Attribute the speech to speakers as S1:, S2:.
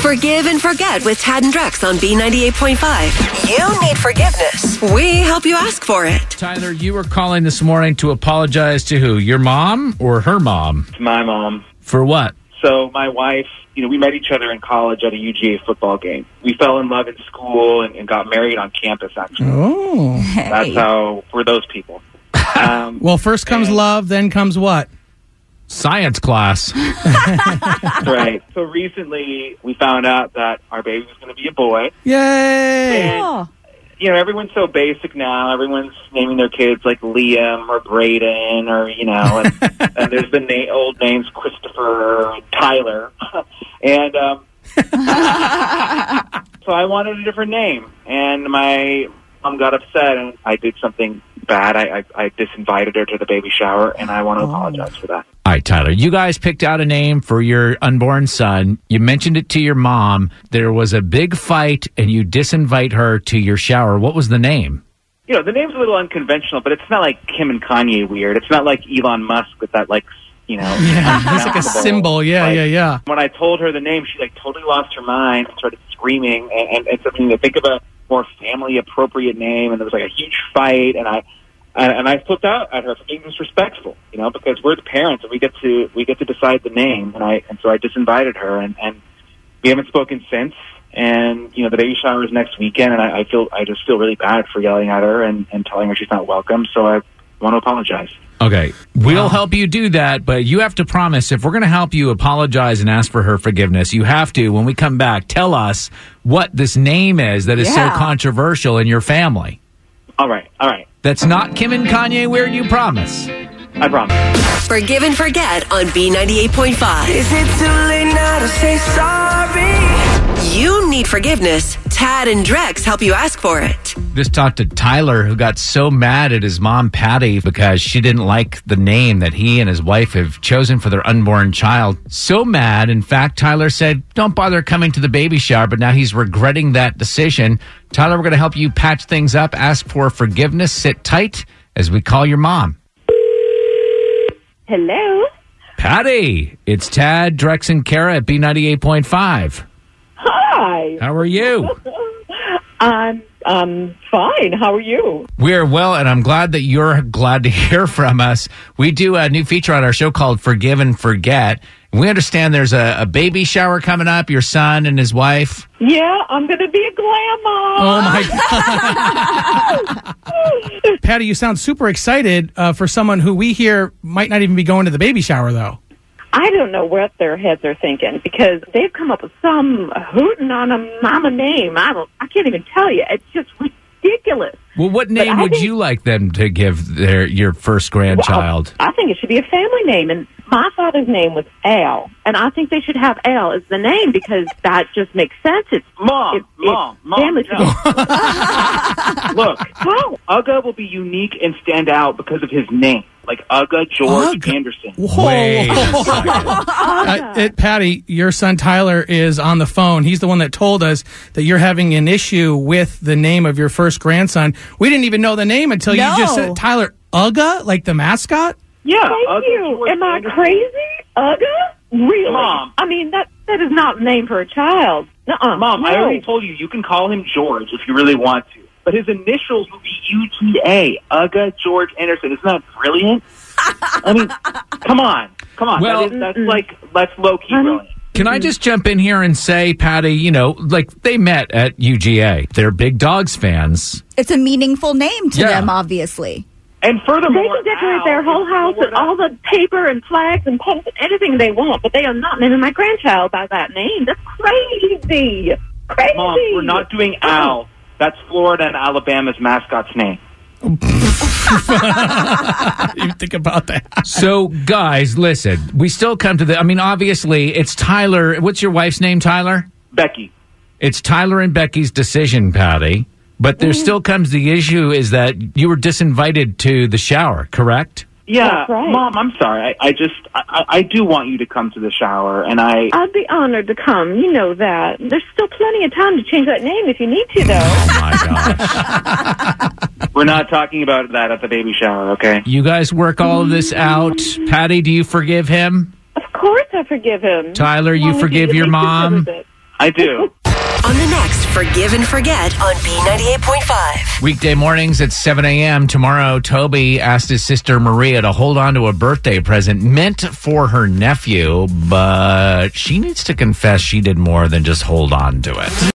S1: Forgive and forget with Tad and Drex on B98.5. You need forgiveness. We help you ask for it.
S2: Tyler, you were calling this morning to apologize to who? Your mom or her mom?
S3: my mom.
S2: For what?
S3: So my wife, you know, we met each other in college at a UGA football game. We fell in love in school and, and got married on campus. Actually,
S4: Oh.
S3: that's how we're those people. Um,
S4: Well, first comes love, then comes what?
S2: Science class.
S3: right. So recently, we found out that our baby was going to be a boy.
S4: Yay!
S3: And, you know, everyone's so basic now. Everyone's naming their kids like Liam or Braden or, you know, and, and there's the na- old names Christopher and Tyler. and um, so I wanted a different name. And my mom got upset and I did something bad. I, I, I disinvited her to the baby shower and I want
S4: Oh.
S3: to apologize for that.
S2: All right, Tyler, you guys picked out a name for your unborn son. You mentioned it to your mom. There was a big fight, and you disinvite her to your shower. What was the name?
S3: you know, the name's a little unconventional, but it's not like Kim and Kanye weird. It's not like Elon Musk with that, like, you know, yeah,
S4: It's like a symbol. Yeah, yeah, yeah.
S3: When I told her the name, she like totally lost her mind and started screaming and, and, and something to think of a more family appropriate name. And there was like a huge fight, and I and, and I flipped out at her for being disrespectful, you know, because we're the parents and we get to we get to decide the name. And I and so I disinvited her, and and we haven't spoken since. And you know, the baby shower is next weekend, and I, I feel I just feel really bad for yelling at her and, and telling her she's not welcome. So I want to apologize.
S2: Okay. We'll help you do that, but you have to promise if we're going to help you apologize and ask for her forgiveness, you have to, when we come back, tell us what this name is that is so controversial in your family.
S3: All right, all right,
S2: That's not Kim and Kanye weird, you promise.
S3: I promise.
S1: Forgive and forget on B98.5.
S5: Is it too late now to say sorry?
S1: You need forgiveness. Tad and Drex help you ask for it.
S2: Just talked to Tyler, who got so mad at his mom, Patty, because she didn't like the name that he and his wife have chosen for their unborn child. So mad, in fact, Tyler said, Don't bother coming to the baby shower, but now he's regretting that decision. Tyler, we're going to help you patch things up, ask for forgiveness, sit tight as we call your mom.
S6: Hello.
S2: Patty, it's Tad, Drex, and Kara at B98.5.
S6: Hi.
S2: How are you?
S6: I'm um fine. How are you?
S2: We're well, and I'm glad that you're glad to hear from us. We do a new feature on our show called Forgive and Forget. We understand there's a, a baby shower coming up, your son and his wife.
S6: Yeah, I'm gonna be a glamour.
S4: Oh my god. Patty, you sound super excited uh, for someone who we hear might not even be going to the baby shower though.
S6: I don't know what their heads are thinking because they've come up with some hootin' on a mama name. I don't. I can't even tell you. It's just ridiculous.
S2: Well, what name
S6: I
S2: would
S6: think-
S2: you like them to give their your first grandchild?
S6: Oh, I think it should be a family name. And my father's name was Al, and I think they should have Al as the name because that just makes sense. It's
S3: Mom,
S6: it-
S3: mom,
S6: it's
S3: mom.
S6: Family
S3: no. Look, Uga will be unique and stand out because of his name, like Uga George
S4: Ugga.
S3: Anderson.
S7: Oh.
S4: Whoa.
S2: Wait a second.
S4: Uh, it, Patty, your son Tyler is on the phone. He's the one that told us that you're having an issue with the name of your first grandson. We didn't even know the name until you just said Tyler Uga, like the mascot.
S3: Yeah,
S6: Thank
S3: Ugga
S6: you.
S3: George
S6: Am I
S3: Anderson.
S6: crazy? Uga? Really?
S3: Mom.
S6: I mean, that that is not a name for a child. Nuh-uh.
S3: Mom,
S6: no.
S3: I already told you you can call him George if you really want to, but his initials will be UGA, Uga George Anderson. Isn't that brilliant? I mean, come on, come on.
S2: Well-
S3: that is, that's like that's low key brilliant.
S2: Can I just jump in here and say, Patty, you know, like they met at UGA. They're big dogs fans.
S7: It's a meaningful name to
S2: Yeah.
S7: them, obviously.
S3: And
S6: They
S3: furthermore,
S6: can decorate
S3: Al
S6: their whole
S3: is
S6: house with
S3: Florida.
S6: all the paper and flags and pens and anything they want, but they are not naming my grandchild by that name. That's crazy. Crazy.
S3: Mom, we're not doing Al. That's Florida and Alabama's mascot's name.
S4: you think about that.
S2: So, guys, listen. We still come to the. I mean, obviously, it's Tyler. What's your wife's name, Tyler?
S3: Becky.
S2: It's Tyler and Becky's decision, Patty. But there still comes the issue is that you were disinvited to the shower, correct?
S3: Yeah,
S6: That's right.
S3: mom, I'm sorry. I, I just, I, I I do want you to come to the shower, and I,
S6: I'd be honored to come. You know that. There's still plenty of time to change that name if you need to, though.
S2: Oh my gosh.
S3: we're not talking about that at the baby shower, okay?
S2: You guys work all of this out. Patty, do you forgive him?
S6: of course, I forgive him.
S2: Tyler, you
S6: Why would
S2: forgive your
S6: think this
S2: mom?
S6: was it?
S3: I do.
S1: On the next Forgive and Forget on B98.5.
S2: Weekday mornings at 7 a.m. Tomorrow, Toby asked his sister Maria to hold on to a birthday present meant for her nephew, but she needs to confess she did more than just hold on to it.